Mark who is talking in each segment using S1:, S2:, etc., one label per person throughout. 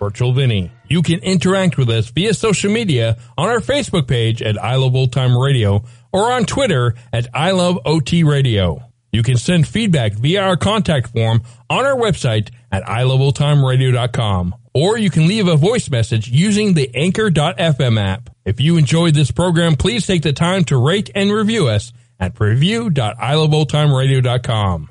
S1: Virtual Vinny. You can interact with us via social media on our Facebook page at I Love Old Time Radio or on Twitter at I Love OT Radio. You can send feedback via our contact form on our website at iloveoldtimeradio.com or you can leave a voice message using the anchor.fm app. If you enjoyed this program, please take the time to rate and review us at review.iloveoldtimeradio.com.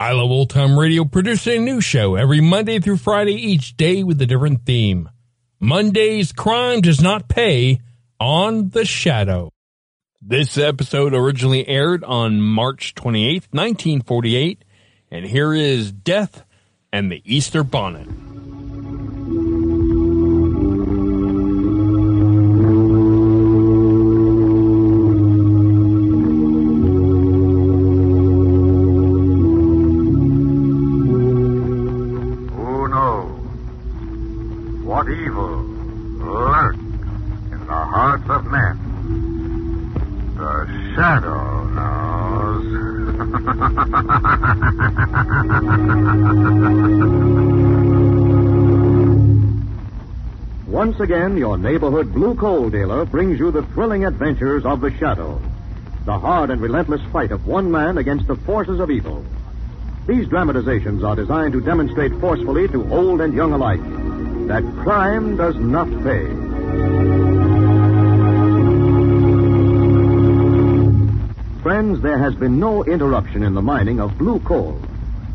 S1: I Love Old Time Radio produces a new show every Monday through Friday each day with a different theme. Monday's Crime Does Not Pay on The Shadow. This episode originally aired on March 28th, 1948, and here is Death and the Easter Bonnet.
S2: Who knows what evil lurks in the hearts of men? The shadow knows.
S3: Once again, your neighborhood blue coal dealer brings you the thrilling adventures of the shadow, the hard and relentless fight of one man against the forces of evil. These dramatizations are designed to demonstrate forcefully to old and young alike that crime does not pay. Friends, there has been no interruption in the mining of blue coal.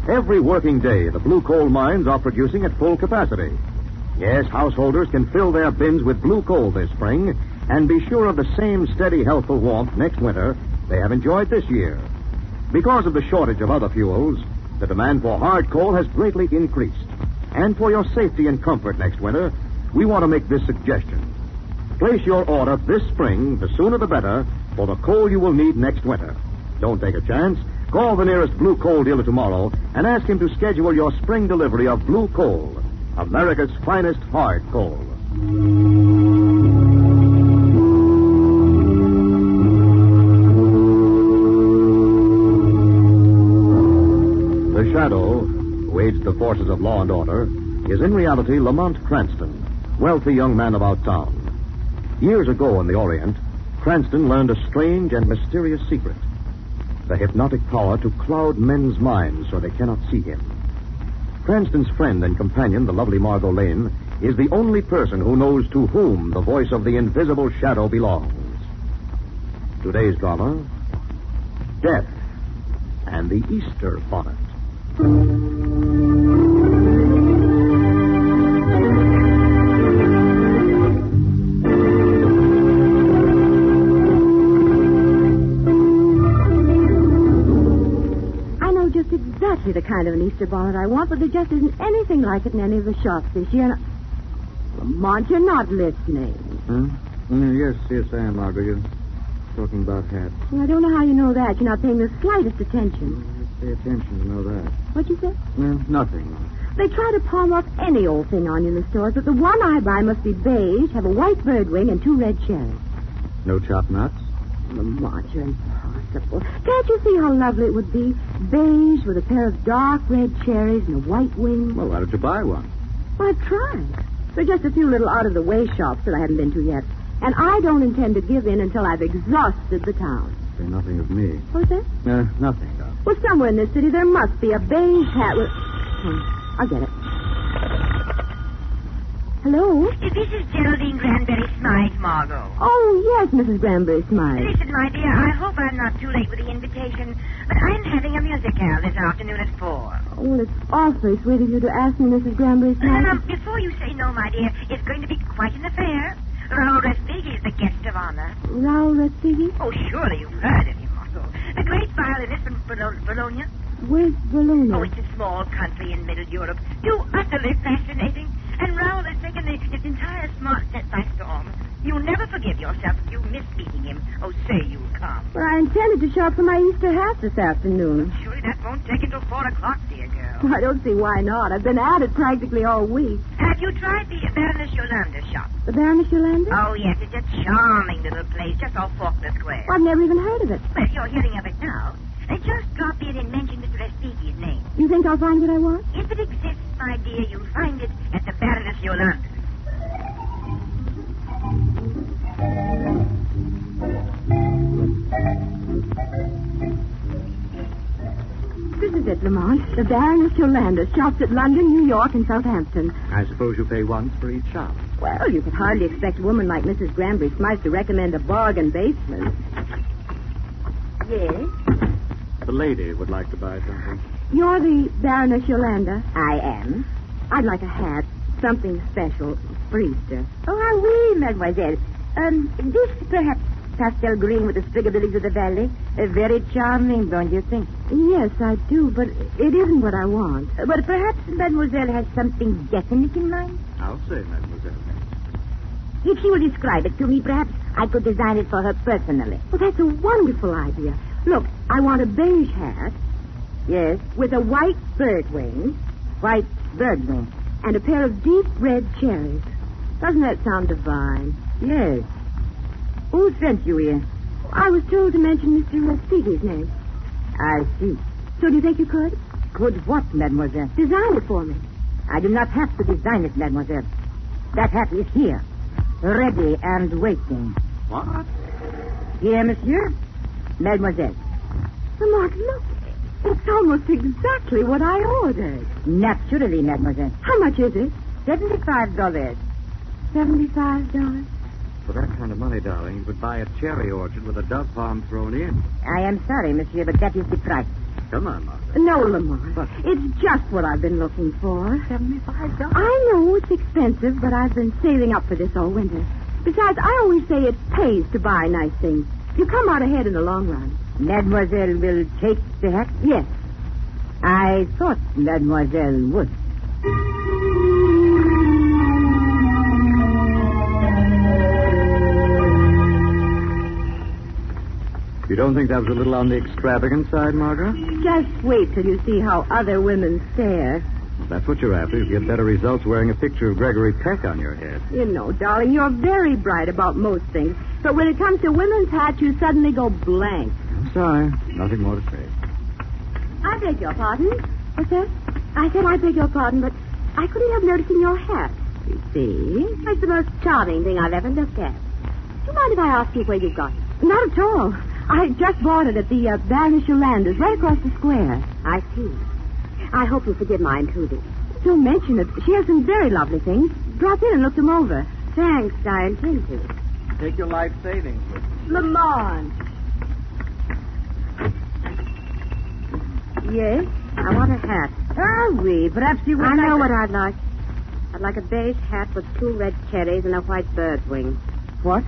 S3: Every working day, the blue coal mines are producing at full capacity. Yes, householders can fill their bins with blue coal this spring and be sure of the same steady, healthful warmth next winter they have enjoyed this year. Because of the shortage of other fuels, the demand for hard coal has greatly increased. And for your safety and comfort next winter, we want to make this suggestion. Place your order this spring, the sooner the better, for the coal you will need next winter. Don't take a chance. Call the nearest blue coal dealer tomorrow and ask him to schedule your spring delivery of blue coal, America's finest hard coal. The Shadow, who aids the forces of law and order, is in reality Lamont Cranston, wealthy young man about town. Years ago in the Orient, Cranston learned a strange and mysterious secret the hypnotic power to cloud men's minds so they cannot see him. Cranston's friend and companion, the lovely Margot Lane, is the only person who knows to whom the voice of the invisible shadow belongs. Today's drama Death and the Easter Bonnet.
S4: I know just exactly the kind of an Easter bonnet I want, but there just isn't anything like it in any of the shops this year. And I- Lamont, you're not listening.
S3: Huh? yes, yes, Hmm? I am, Margot. You're talking about hats.
S4: Well, I don't know how you know that. You're not paying the slightest attention.
S3: Pay attention to know that.
S4: What'd you say?
S3: Well, nothing.
S4: They try to palm off any old thing on you in the stores, but the one I buy must be beige, have a white bird wing, and two red cherries.
S3: No chop nuts?
S4: Lamont, you're impossible. Can't you see how lovely it would be? Beige with a pair of dark red cherries and a white wing.
S3: Well, why don't you buy one?
S4: Well, I've tried. There are just a few little out of the way shops that I haven't been to yet. And I don't intend to give in until I've exhausted the town.
S3: Say nothing of me.
S4: What's that?
S3: Uh, nothing, Doc.
S4: Well, somewhere in this city there must be a beige hat with. Hmm, I'll get it. Hello?
S5: This is Geraldine Granberry Smythe, Margot.
S4: Oh, yes, Mrs. Granbury Smythe.
S5: Listen, my dear, I hope I'm not too late with the invitation, but I'm having a musicale this afternoon at four.
S4: Oh, well, it's awfully sweet of you to ask me, Mrs. Granbury
S5: Now, now,
S4: Smythe.
S5: um, before you say no, my dear, it's going to be quite an affair. Raul Rodriguez is the guest of honor.
S4: Raul Rodriguez?
S5: Oh, surely you've heard of him, Margot. The great violinist from Bologna. Bologna.
S4: Where's Bologna?
S5: Oh, it's a small country in Middle Europe. Too utterly fascinating. And Raoul has taken the, his entire smart set by storm. You'll never forgive yourself if you miss meeting him. Oh, say you'll come.
S4: Well, I intended to shop for my Easter hat this afternoon.
S5: Surely that won't take until four o'clock, dear girl.
S4: I don't see why not. I've been at it practically all week.
S5: Have you tried the Baroness Yolanda shop?
S4: The Baroness Yolanda?
S5: Oh, yes, it's a charming little place just off Faulkner Square.
S4: I've never even heard of it.
S5: Oh, Well, you're hearing of it now. Uh, just drop in and mention Mr. Respighi's name.
S4: You think I'll find what I want?
S5: If it exists, my dear, you'll find it at the Baroness Yolanda.
S4: This is it, Lamont. The Baroness Yolanda shops at London, New York, and Southampton.
S3: I suppose you pay once for each shop.
S4: Well, you could hardly expect a woman like Mrs. Granbury Smythe to recommend a bargain basement. Yes?
S3: The lady would like to buy something.
S4: You're the Baroness Yolanda.
S5: I am.
S4: I'd like a hat, something special for Easter.
S5: Oh, ah oui, mademoiselle. Um, this perhaps pastel green with the strigabilities of the valley. Uh, very charming, don't you think?
S4: Yes, I do, but it isn't what I want.
S5: Uh, but perhaps mademoiselle has something definite in mind.
S3: I'll say, mademoiselle.
S5: If she will describe it to me, perhaps I could design it for her personally.
S4: Well, that's a wonderful idea. Look, I want a beige hat. Yes. With a white bird wing. White bird wing. And a pair of deep red cherries. Doesn't that sound divine? Yes. Who sent you here? I was told to mention Mr. Rastigi's name. I see. So do you think you could?
S5: Could what, mademoiselle?
S4: Design it for me.
S5: I do not have to design it, mademoiselle. That hat is here, ready and waiting.
S3: What?
S5: Here, monsieur. Mademoiselle,
S4: Lamont, look. It's almost exactly what I ordered.
S5: naturally, mademoiselle.
S4: How much is it?
S5: Seventy-five dollars.
S4: Seventy-five dollars.
S3: For that kind of money, darling, you could buy a cherry orchard with a dove palm thrown in.
S5: I am sorry, monsieur, but that is the price.
S3: Come on, Martha.
S4: No, Lamont.
S3: But-
S4: It's just what I've been looking for. Seventy-five dollars. I know it's expensive, but I've been saving up for this all winter. Besides, I always say it pays to buy nice things. You come out ahead in the long run.
S5: Mademoiselle will take the hat? Yes. I thought mademoiselle would.
S3: You don't think that was a little on the extravagant side, Margaret?
S4: Just wait till you see how other women stare.
S3: If that's what you're after. You get better results wearing a picture of Gregory Peck on your head.
S4: You know, darling, you're very bright about most things, but when it comes to women's hats, you suddenly go blank.
S3: I'm sorry. Nothing more to say.
S4: I beg your pardon. What's that? I said I beg your pardon, but I couldn't help noticing your hat. You see? It's the most charming thing I've ever looked at. Do you mind if I ask you where you got it? Not at all. I just bought it at the uh, Baroness Yolanda's, right across the square. I see. I hope you forgive my intruding. Don't mention it. She has some very lovely things. Drop in and look them over. Thanks, I intend to.
S3: Take your life savings with you.
S4: Lamont. Yes? I want a hat. Are we? Perhaps you would I know what I'd like. I'd like a beige hat with two red cherries and a white bird wing. What?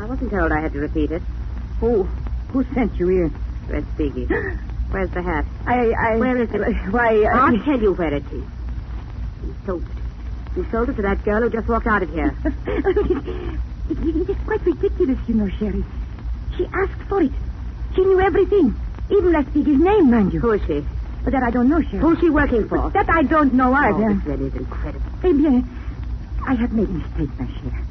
S4: I wasn't told I had to repeat it. Who? Who sent you here? Respighi. Where's the hat? I, I... Where is it? Why, I... will tell you where it is. You sold it. You sold it to that girl who just walked out of here. it is quite ridiculous, you know, Sherry. She asked for it. She knew everything. Even Respighi's name, mind you. Who is she? But that I don't know, Sherry. Who's she working for? That I don't know either. Oh, that is incredible. Eh bien, I have made mistakes, my Sherry.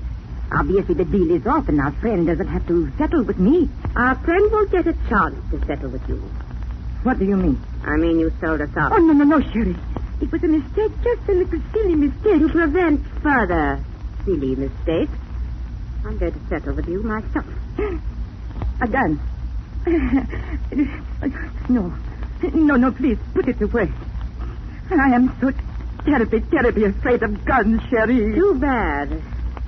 S4: Obviously, the deal is off, and our friend doesn't have to settle with me. Our friend will get a chance to settle with you. What do you mean? I mean, you sold us out. Oh, no, no, no, Sherry. It was a mistake, just a little silly mistake. To prevent further silly mistakes, I'm going to settle with you myself. A gun. No. No, no, please, put it away. I am so
S6: terribly, terribly afraid of guns, Cherie.
S4: Too bad.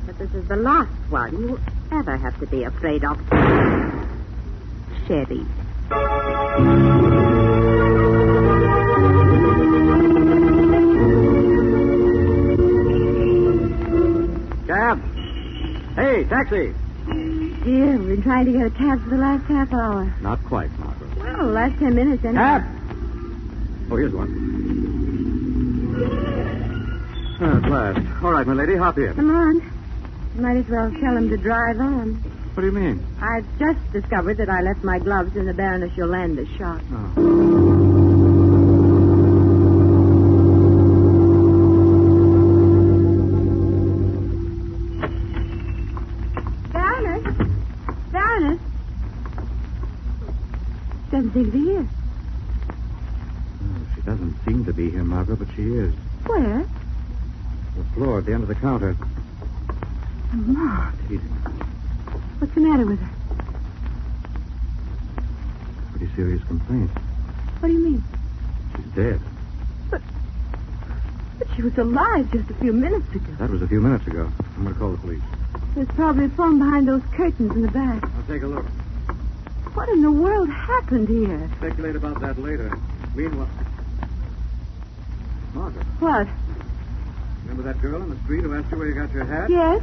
S4: But this is the last one you ever have to be afraid of. Sherry.
S3: Cab. Hey, taxi.
S4: Dear, we've been trying to get a cab for the last half hour.
S3: Not quite, Margaret.
S4: Well, last ten minutes, anyway.
S3: Cab. Oh, here's one. Ah, At last. All right, my lady, hop in.
S4: Come on. Might as well tell him to drive on.
S3: What do you mean?
S4: I've just discovered that I left my gloves in the Baroness Yolanda's shop. Baroness? Baroness? Doesn't seem to be here.
S3: She doesn't seem to be here, Margaret, but she is.
S4: Where?
S3: The floor at the end of the counter.
S4: Maud.
S3: Eating.
S4: What's the matter with her?
S3: Pretty serious complaint.
S4: What do you mean?
S3: She's dead.
S4: But she was alive just a few minutes ago.
S3: That was a few minutes ago. I'm going to call the police.
S4: There's probably a phone behind those curtains in the back.
S3: I'll take a look.
S4: What in the world happened here?
S3: Speculate about that later. Meanwhile. Margaret,
S4: What?
S3: remember that girl on the street who asked you where you got your hat?
S4: Yes?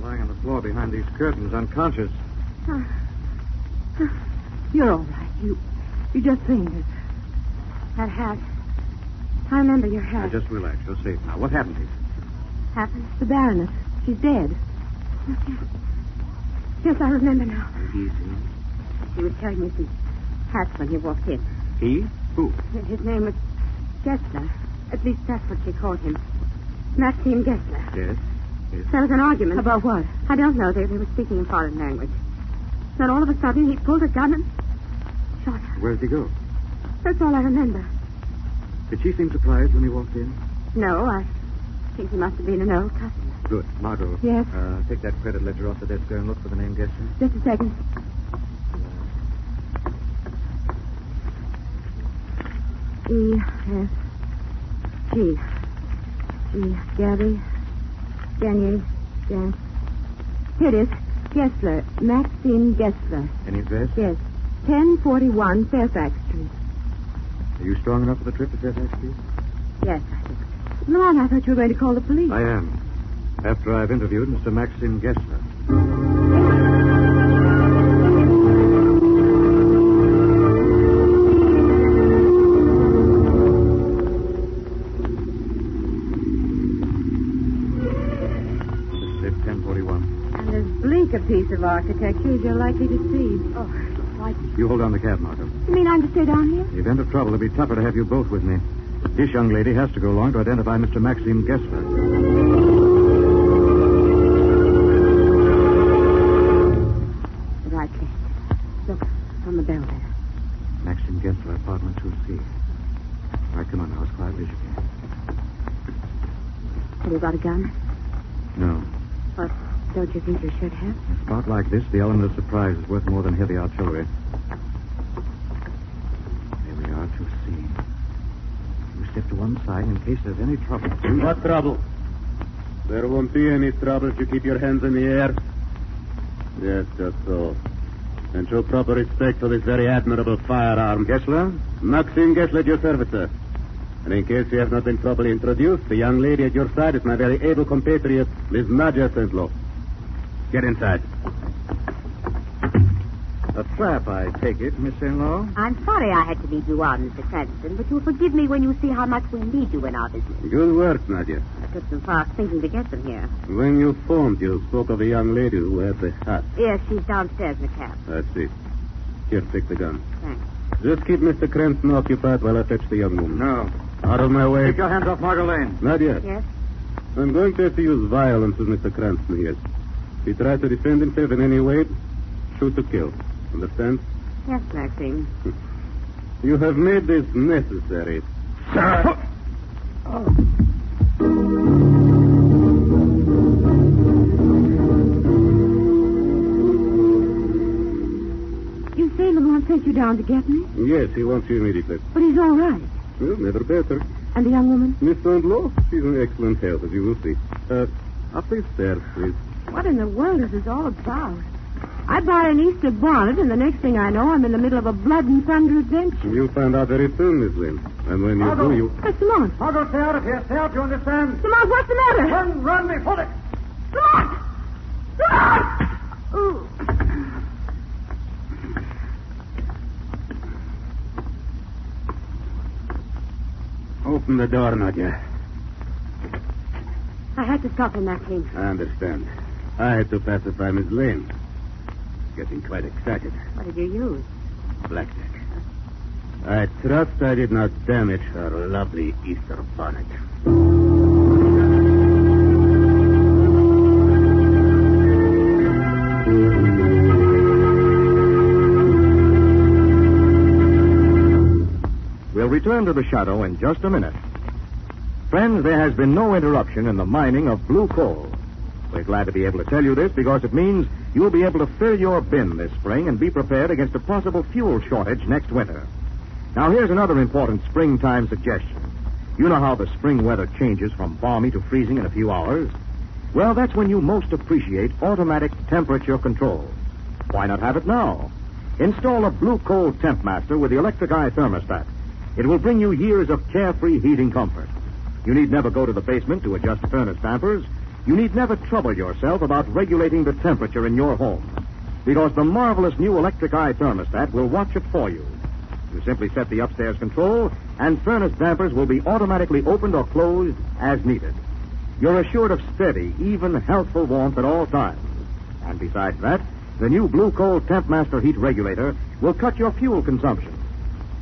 S3: Lying on the floor behind these curtains, unconscious.
S4: You're all right. You you just fainted. That hat. I remember your hat.
S3: Now, just relax. You're safe now. What happened to you?
S4: happened? The Baroness. She's dead. Yes, I remember now.
S3: Easy.
S4: He was carrying me some hats when he walked in.
S3: He? Who?
S4: His name was Gessler. At least that's what she called him. Maxime Gessler.
S3: Yes. Yes.
S4: There was an argument. About what? I don't know. They, they were speaking in foreign language. Then all of a sudden, he pulled a gun and shot her.
S3: Where did he go?
S4: That's all I remember.
S3: Did she seem surprised when he walked in?
S4: No, I think he must have been an old customer.
S3: Good. Margot.
S4: Yes?
S3: Uh, take that credit ledger off the desk there and look for the name Gessler.
S4: Just a second. E S G. E, G. Gabby. Gany. Gan. Here it is. Gessler. Maxine Gessler.
S3: Any address?
S4: Yes. 1041 Fairfax Street.
S3: Are you strong enough for the trip to Fairfax, please?
S4: Yes, I think. Milan, I thought you were going to call the police.
S3: I am. After I've interviewed Mr. Maxim Gessler. Mississippi 1041.
S4: And as bleak a piece of architecture as you're likely to see. Oh, why?
S3: You hold on the cab, Margot.
S4: You mean I'm to stay down here?
S3: In the event of trouble, it'd be tougher to have you both with me. This young lady has to go along to identify Mr. Maxim Gessler.
S4: Right there. Look, on the bell there.
S3: Maxim Gessler, apartment 2C. All right, come on now, as quietly as you can.
S4: Have you got a gun?
S3: No.
S4: Well, don't you think you should have?
S3: In a spot like this, the element of surprise is worth more than heavy artillery. There we are, 2C. You step to one side in case there's any trouble.
S7: What trouble? There won't be any trouble if you keep your hands in the air. Yes, just so. And show proper respect for this very admirable firearm.
S3: Gessler?
S7: Maxim Gessler, at your service, sir. And in case you have not been properly introduced, the young lady at your side is my very able compatriot, Miss Nadja St. Lo. Get inside.
S3: A trap, I take it, Miss St. Law?
S8: I'm sorry I had to lead you on, Mr. Cranston, but you'll forgive me when you see how much we need you in our business.
S7: Good work, Nadia.
S8: I took some fast thinking to get them here.
S7: When you phoned, you spoke of a young lady who had the hat.
S8: Yes, she's downstairs in the cab.
S7: I see. Here, take the gun.
S3: Hmm.
S8: Thanks.
S7: Just keep Mr. Cranston occupied while I fetch the young woman.
S3: No.
S7: Out of my way.
S3: Take your hands off Margot Lane.
S7: Not yet.
S8: Yes?
S7: I'm going to have to use violence with Mr. Cranston here. If he tries to defend himself in any way, shoot to kill. Understand?
S8: Yes, Maxine.
S7: You have made this necessary.
S4: You say Lamont sent you down to get me?
S7: Yes, he wants you immediately.
S4: But he's all right.
S7: Well, never better.
S8: And the young woman?
S7: Miss Sandlow, she's in excellent health, as you will see. Uh, up these stairs, please.
S8: What in the world is this all about? I buy an Easter bonnet, and the next thing I know, I'm in the middle of a blood and thunder adventure.
S7: You'll find out very soon, Miss Lynn. And when you
S8: Margot.
S7: do, you...
S8: Hey, Simone.
S9: Margot, stay out of here. Stay out, you understand?
S8: Simone, what's the matter?
S9: Run, run before it.
S7: Open the door, Nadia.
S8: I had to stop him, that came.
S7: I understand. I had to pacify Miss Lane. Getting quite excited.
S8: What did you use?
S7: Blackjack. I trust I did not damage her lovely Easter bonnet.
S3: We'll return to the shadow in just a minute. Friends, there has been no interruption in the mining of blue coal. We're glad to be able to tell you this because it means you'll be able to fill your bin this spring and be prepared against a possible fuel shortage next winter. Now, here's another important springtime suggestion. You know how the spring weather changes from balmy to freezing in a few hours? Well, that's when you most appreciate automatic temperature control. Why not have it now? Install a Blue Coal Temp Master with the electric eye thermostat. It will bring you years of carefree heating comfort. You need never go to the basement to adjust furnace dampers. You need never trouble yourself about regulating the temperature in your home because the marvelous new electric eye thermostat will watch it for you. You simply set the upstairs control, and furnace dampers will be automatically opened or closed as needed. You're assured of steady, even healthful warmth at all times. And besides that, the new Blue Coal Temp Master heat regulator will cut your fuel consumption.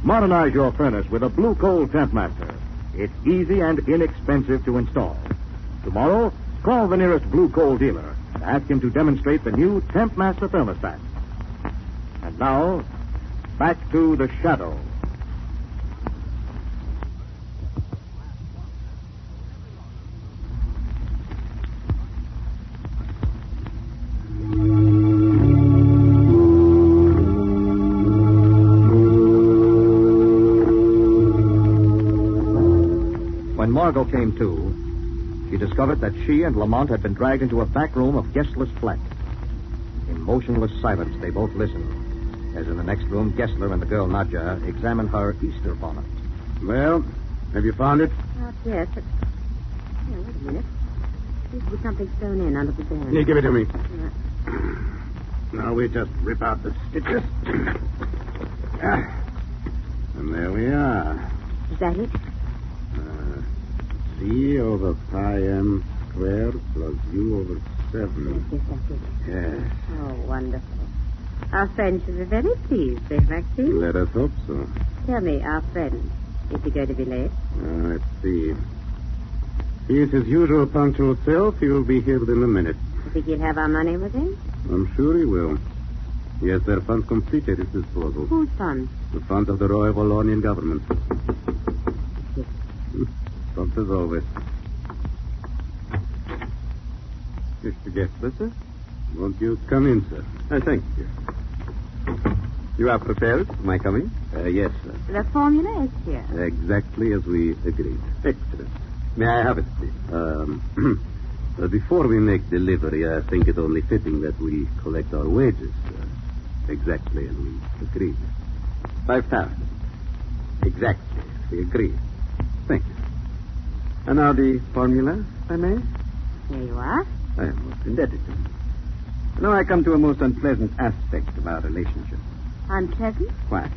S3: Modernize your furnace with a Blue Coal Temp Master. It's easy and inexpensive to install. Tomorrow, call the nearest Blue Coal dealer and ask him to demonstrate the new Temp Master thermostat. And now, back to the shadow. When Margot came to, she discovered that she and Lamont had been dragged into a back room of Gessler's flat. In motionless silence, they both listened. As in the next room, Gessler and the girl Nadja examined her Easter bonnet.
S7: Well, have you found it?
S4: Not yet, but... Here, wait a minute. Seems to be something thrown in under the bed.
S7: Yeah, give it to me.
S4: Yeah.
S7: Now we just rip out the stitches. Ah. and there we are.
S4: Is that it?
S7: Uh, C over pi m squared plus u over 7.
S4: Yes, that's it.
S7: Yes.
S4: Oh, wonderful. Our friend should be very pleased, eh, Maxine?
S7: Let us hope so.
S4: Tell me, our friend, is he going to be late?
S7: Uh, let's see. He is his usual punctual self. He will be here within a minute.
S4: Do you think he'll have our money with him?
S7: I'm sure he will. He has their funds complete at his disposal.
S4: Whose son?
S7: The funds of the Royal Wallonian government. Prompt as always. Mr. Gessler, sir? Won't you come in, sir? I Uh, thank you. You are prepared for my coming? Uh, yes, sir.
S4: The formula is here.
S7: Exactly as we agreed. Excellent. May I have it, please? Um, uh, before we make delivery, I think it only fitting that we collect our wages. Uh, exactly as we agreed. Five thousand. Exactly as we agreed. Thank you. And now the formula, if I may?
S4: Here you are.
S7: I am most indebted to you. Now I come to a most unpleasant aspect of our relationship.
S4: Unpleasant?
S7: Why?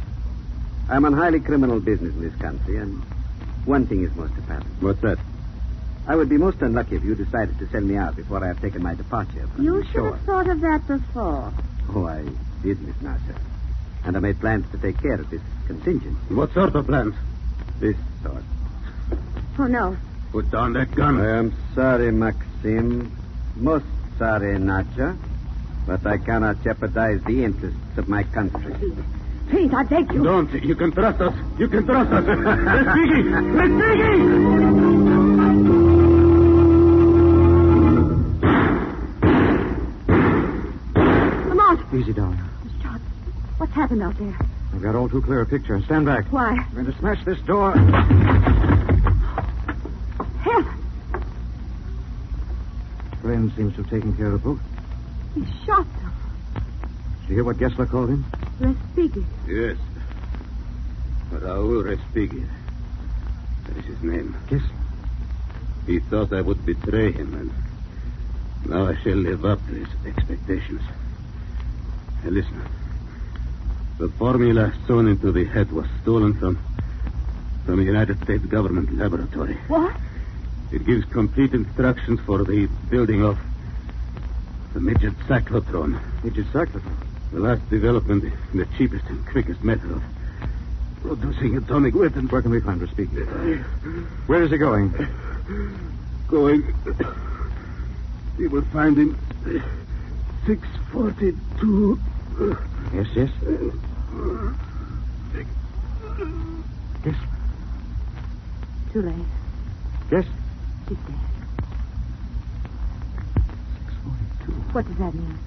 S7: I'm on highly criminal business in this country, and one thing is most apparent. What's that? I would be most unlucky if you decided to sell me out before I have taken my departure from
S4: You
S7: the
S4: should
S7: shore.
S4: have thought of that before.
S7: Oh, I did, Miss Nasser. And I made plans to take care of this contingency. What sort of plans? This sort.
S4: Oh, no.
S7: Put down that gun. I am sorry, Maxim. Most sorry, Nadja. But I cannot jeopardize the interests of my country.
S4: Please, I beg you.
S7: Don't. You can trust us. You can trust us. Respighi! Respighi!
S8: Lamont,
S3: Easy, darling.
S8: what's happened out there?
S3: I've got all too clear a picture. Stand back.
S8: Why?
S3: I'm going to smash this door.
S2: Ann seems to have taken care of both.
S4: He shot them.
S2: Did you hear what Gessler called him?
S4: Respighi.
S3: Yes. Raoul Respighi. That is his name.
S2: Yes.
S3: He thought I would betray him, and now I shall live up to his expectations. Now listen. The formula sewn into the head was stolen from from a United States government laboratory.
S4: What?
S3: It gives complete instructions for the building of the midget cyclotron.
S2: Midget cyclotron?
S3: The last development and the cheapest and quickest method of producing atomic weapons.
S2: Where can we find Respighi? Where is he going?
S3: Going. You will find him 642.
S2: Yes, yes. Yes,
S4: Too late.
S2: yes.
S4: He's dead. What does that mean?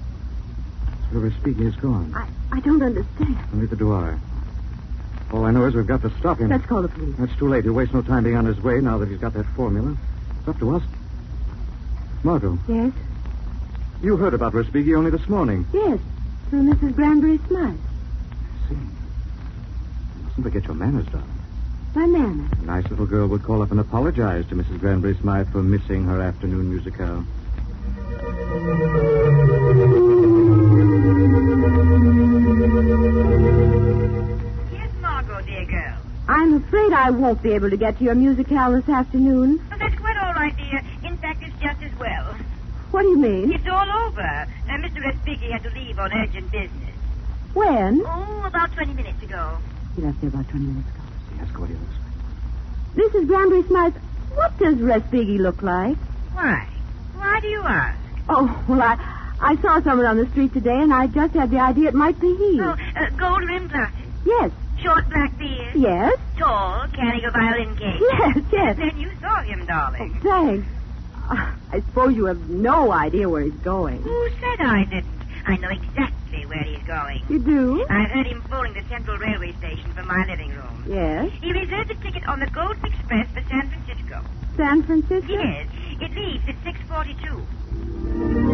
S2: So Respighi is gone.
S4: I, I don't understand.
S2: Neither do I. All I know is we've got to stop him.
S4: Let's call the police.
S2: That's too late. He'll waste no time being on his way now that he's got that formula. It's up to us. Margot,
S4: Yes?
S2: you heard about Respighi only this morning.
S4: Yes. Through Mrs. Granbury Smythe.
S2: see. You mustn't forget your manners, darling.
S4: My nana.
S2: A nice little girl would call up and apologize to Mrs. Granbury Smythe for missing her afternoon musicale.
S5: Here's Margot, dear girl.
S4: I'm afraid I won't be able to get to your musicale this afternoon.
S5: Oh, that's quite all right, dear. In fact, it's just as well.
S4: What do you mean?
S5: It's all over. Uh, Mr. Respighi had to leave on urgent business.
S4: When?
S5: Oh, about 20 minutes ago.
S4: He left here about 20 minutes ago.
S2: See, ask what he looks like.
S4: Mrs. Granbury Smythe, what does Respighi look like?
S5: Why? Why do you ask?
S4: Oh, well, I, I saw someone on the street today, and I just had the idea it might be he.
S5: Oh, uh, gold rimmed glasses,
S4: Yes,
S5: short black beard,
S4: yes,
S5: tall, carrying a violin case.
S4: yes, yes.
S5: Then you saw him, darling.
S4: Thanks. Uh, I suppose you have no idea where he's going.
S5: Who said I didn't? I know exactly where he's going.
S4: You do?
S5: I heard him phoning the Central Railway Station from my living room.
S4: Yes.
S5: He reserved a ticket on the Golden Express for San Francisco.
S4: San Francisco?
S5: Yes, it leaves at 6.42.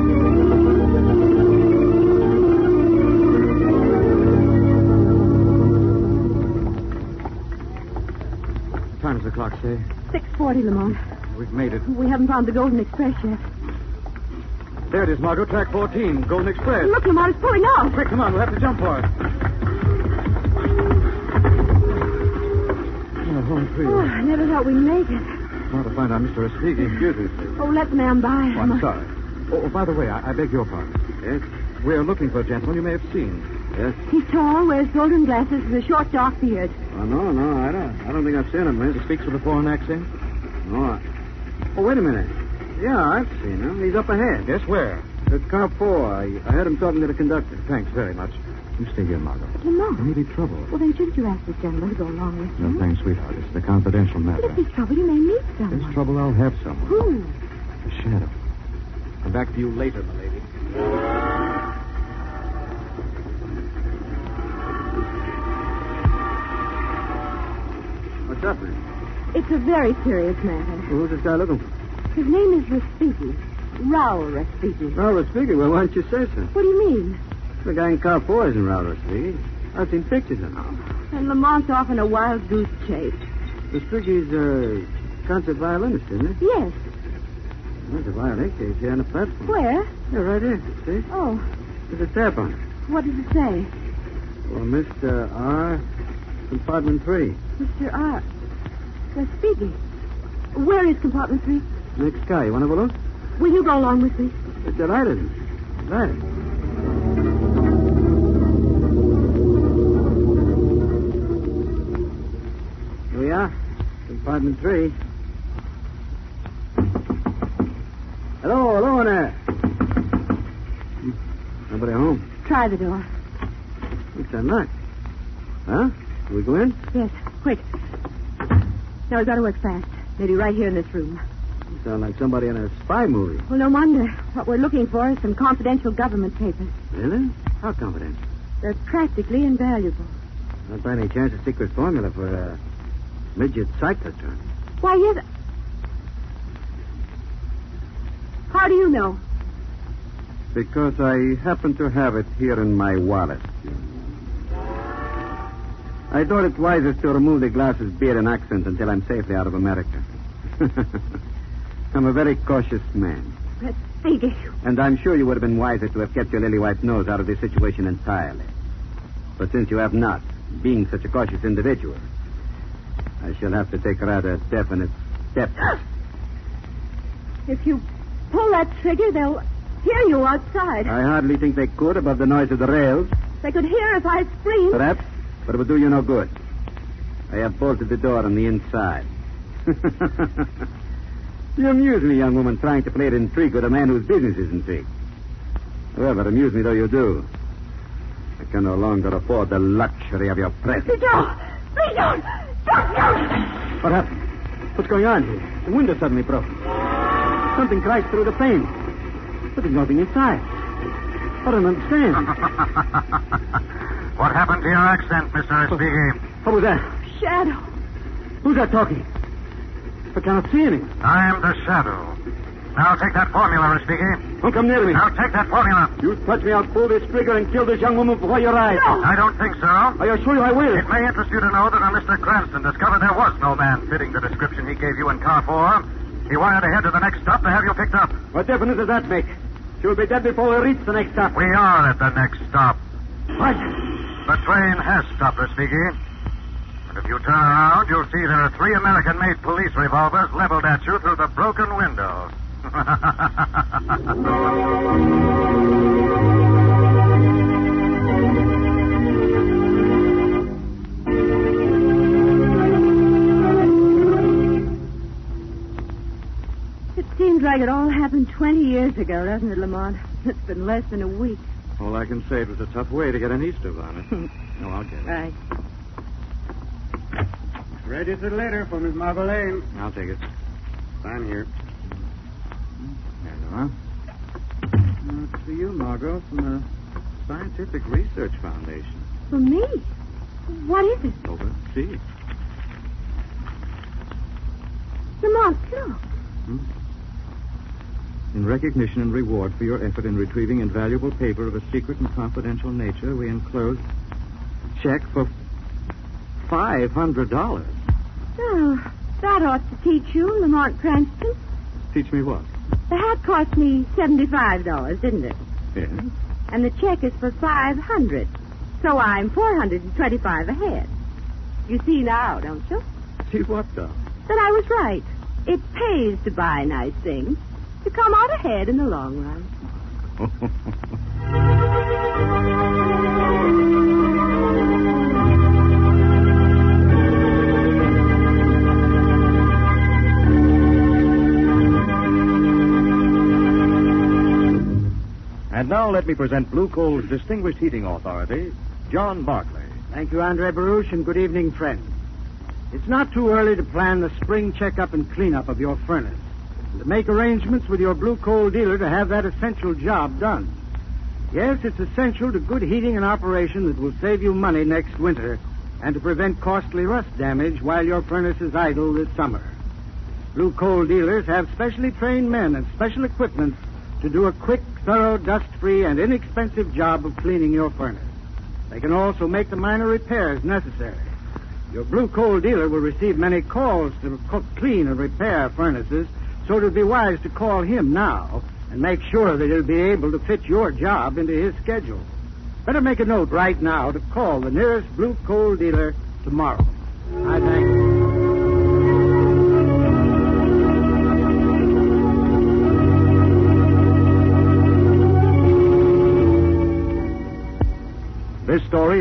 S2: What time does the clock say?
S4: 6.40, Lamont.
S2: We've made it.
S4: We haven't found the Golden Express yet.
S2: There it is, Margot. Track 14, Golden Express.
S4: Look, Lamont, it's pulling out.
S2: Quick, come on. We'll have to jump for it. Oh, home free.
S4: Oh, I never thought we'd make it.
S2: Now to find out Mr. Espeaky. Excuse me.
S4: Oh, let the man by.
S2: Oh, I'm sorry. Oh, oh, by the way, I, I beg your pardon.
S3: Yes?
S2: We're looking for a gentleman you may have seen.
S3: Yes?
S4: He's tall, wears golden glasses, with a short, dark beard.
S3: Oh, no, no, I don't. I don't think I've seen him,
S2: He
S3: Miss.
S2: speaks with a foreign accent.
S3: No. I... Oh, wait a minute. Yeah, I've seen him. He's up ahead.
S2: Yes, where?
S3: At car four. I, I heard him talking to the conductor.
S2: Thanks very much. You stay here, Margot. There
S4: Lamont.
S2: may be trouble.
S4: Well, then shouldn't you ask this gentleman to go along with
S2: No,
S4: you?
S2: thanks, sweetheart. It's a confidential
S4: But if
S2: matter.
S4: there's trouble, you may meet someone.
S2: There's trouble, I'll have someone.
S4: Who?
S2: The shadow. Come back to you later, milady.
S3: What's up, man?
S4: It's a very serious matter.
S3: Who's this guy looking for?
S4: His name is Respighi. Raoul Respighi.
S3: Raul Speaker. Well, why don't you say so?
S4: What do you mean?
S3: The guy in car four isn't Raul Speaker. I've seen pictures of him.
S4: And Lamont's off in a wild goose chase.
S3: Vespucci's a uh, concert violinist, isn't he?
S4: Yes.
S3: There's a violin case here on the platform.
S4: Where?
S3: Yeah, right here. See?
S4: Oh,
S3: There's a tap on it.
S4: what does it say?
S3: Well, Mr. R, compartment three.
S4: Mr. R. Respighi. Where is compartment three?
S3: Next car. You want to have a look?
S4: Will you go along with me?
S3: It's the light, isn't it? Light. Here we are. Compartment three. Hello, hello in there. Hmm, Nobody home.
S4: Try the door.
S3: It's unlocked. Huh? Can we go in?
S4: Yes, quick. Now we've got to work fast. Maybe right here in this room.
S3: You sound like somebody in a spy movie.
S4: Well, no wonder. What we're looking for is some confidential government papers.
S3: Really? How confident?
S4: They're practically invaluable.
S3: Not by any chance a secret formula for a midget cyclotron.
S4: Why, yes. How do you know?
S3: Because I happen to have it here in my wallet. I thought it wisest to remove the glasses, beard, and accent until I'm safely out of America. I'm a very cautious man,
S4: But think it.
S3: and I'm sure you would have been wiser to have kept your lily white nose out of this situation entirely. But since you have not, being such a cautious individual, I shall have to take rather definite steps.
S4: If you pull that trigger, they'll hear you outside.
S3: I hardly think they could above the noise of the rails.
S4: They could hear if I screamed.
S3: Perhaps, but it will do you no good. I have bolted the door on the inside. you amuse me, young woman, trying to play at intrigue with a man whose business is intrigue. However, amuse me though you do, I can no longer afford the luxury of your presence.
S10: Please don't! Don't
S3: What happened? What's going on here? The window suddenly broke. Something crashed through the pane. But there's nothing inside. I don't understand.
S2: What happened to your accent, Mr. Speaking?
S3: What was that?
S4: Shadow.
S3: Who's that talking? I cannot see anything.
S2: I am the Shadow. Now take that formula, Speaking.
S3: Don't come near me.
S2: Now take that formula.
S3: You touch me, I'll pull this trigger and kill this young woman before your eyes.
S2: I don't think so. I
S3: assure you I will.
S2: It may interest you to know that when Mr. Cranston discovered there was no man fitting the description he gave you in car four, he wired ahead to the next stop to have you picked up.
S3: What difference does that make? She'll be dead before we reach the next stop.
S2: We are at the next stop.
S3: What?
S2: The train has stopped, Rafiki. And if you turn around, you'll see there are three American made police revolvers leveled at you through the broken window.
S4: It seems like it all happened 20 years ago, doesn't it, Lamont? It's been less than a week.
S11: All I can say, it was a tough way to get an Easter bonnet. no, I'll get it.
S4: Right.
S12: Registered letter for Miss Marvelane.
S11: I'll take it. Sign here. There you are. That's for you, Margot, from the Scientific Research Foundation.
S4: For me? What is it?
S11: Over. See?
S4: Lamont, look.
S11: In recognition and reward for your effort in retrieving invaluable paper of a secret and confidential nature, we enclose a check for five hundred dollars.
S4: Oh, that ought to teach you, Lamont Cranston.
S11: Teach me what?
S4: The hat cost me $75, didn't it?
S11: Yes.
S4: And the check is for 500 So I'm 425 ahead. You see now, don't you?
S11: See what though?
S4: That I was right. It pays to buy nice things, to come out ahead in the long run.
S11: And now let me present Blue Coal's distinguished heating authority, John Barclay.
S13: Thank you, Andre Baruch, and good evening, friends. It's not too early to plan the spring checkup and cleanup of your furnace, and to make arrangements with your blue coal dealer to have that essential job done. Yes, it's essential to good heating an operation that will save you money next winter and to prevent costly rust damage while your furnace is idle this summer. Blue coal dealers have specially trained men and special equipment to do a quick, thorough, dust-free, and inexpensive job of cleaning your furnace. They can also make the minor repairs necessary. Your blue coal dealer will receive many calls to co- clean and repair furnaces, so it would be wise to call him now and make sure that he'll be able to fit your job into his schedule. Better make a note right now to call the nearest blue coal dealer tomorrow. I thank you.
S11: This story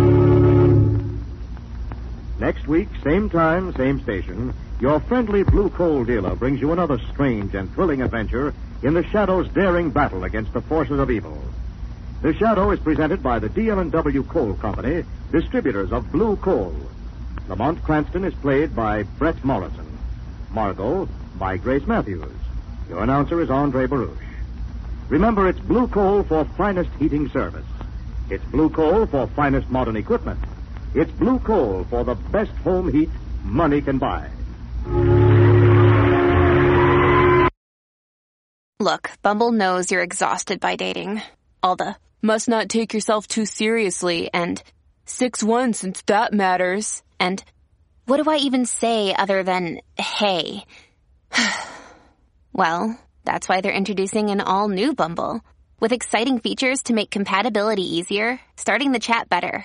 S11: next week, same time, same station, your friendly blue coal dealer brings you another strange and thrilling adventure
S3: in the Shadow's daring battle against the forces of evil. The Shadow is presented by the DL&W Coal Company, distributors of blue coal. Lamont Cranston is played by Brett Morrison. Margot by Grace Matthews. Your announcer is Andre Baruch. Remember, it's blue coal for finest heating service. It's blue coal for finest modern equipment. It's blue coal for the best home heat money can buy.
S14: Look, Bumble knows you're exhausted by dating. All the must not take yourself too seriously and 6-1 since that matters. And what do I even say other than hey? well, that's why they're introducing an all new Bumble with exciting features to make compatibility easier, starting the chat better,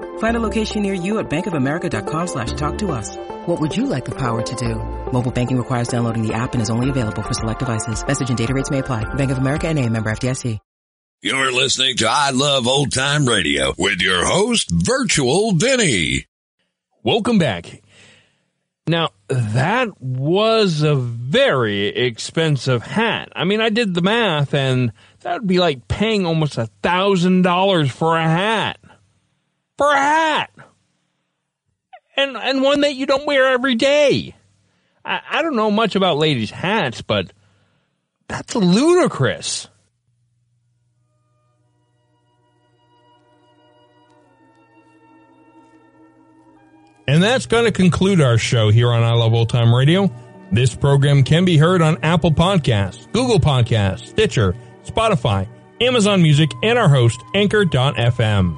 S15: Find a location near you at bankofamerica.com slash talk to us. What would you like the power to do? Mobile banking requires downloading the app and is only available for select devices. Message and data rates may apply. Bank of America and a member FDIC.
S16: You're listening to I Love Old Time Radio with your host, Virtual Vinny.
S1: Welcome back. Now, that was a very expensive hat. I mean, I did the math and that would be like paying almost a thousand dollars for a hat. For a hat. And and one that you don't wear every day. I, I don't know much about ladies' hats, but that's ludicrous. And that's going to conclude our show here on I Love Old Time Radio. This program can be heard on Apple Podcasts, Google Podcasts, Stitcher, Spotify, Amazon Music, and our host, Anchor.fm.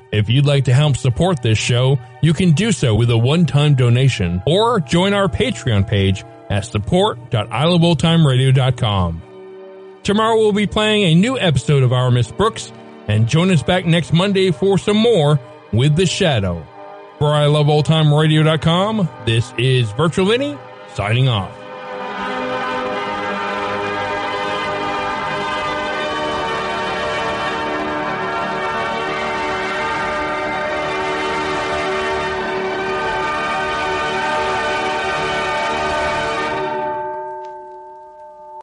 S1: If you'd like to help support this show, you can do so with a one-time donation or join our Patreon page at support.iloveoldtimeradio.com. Tomorrow we'll be playing a new episode of Our Miss Brooks and join us back next Monday for some more with The Shadow. For iloveoldtimeradio.com, this is Virtual Vinny signing off.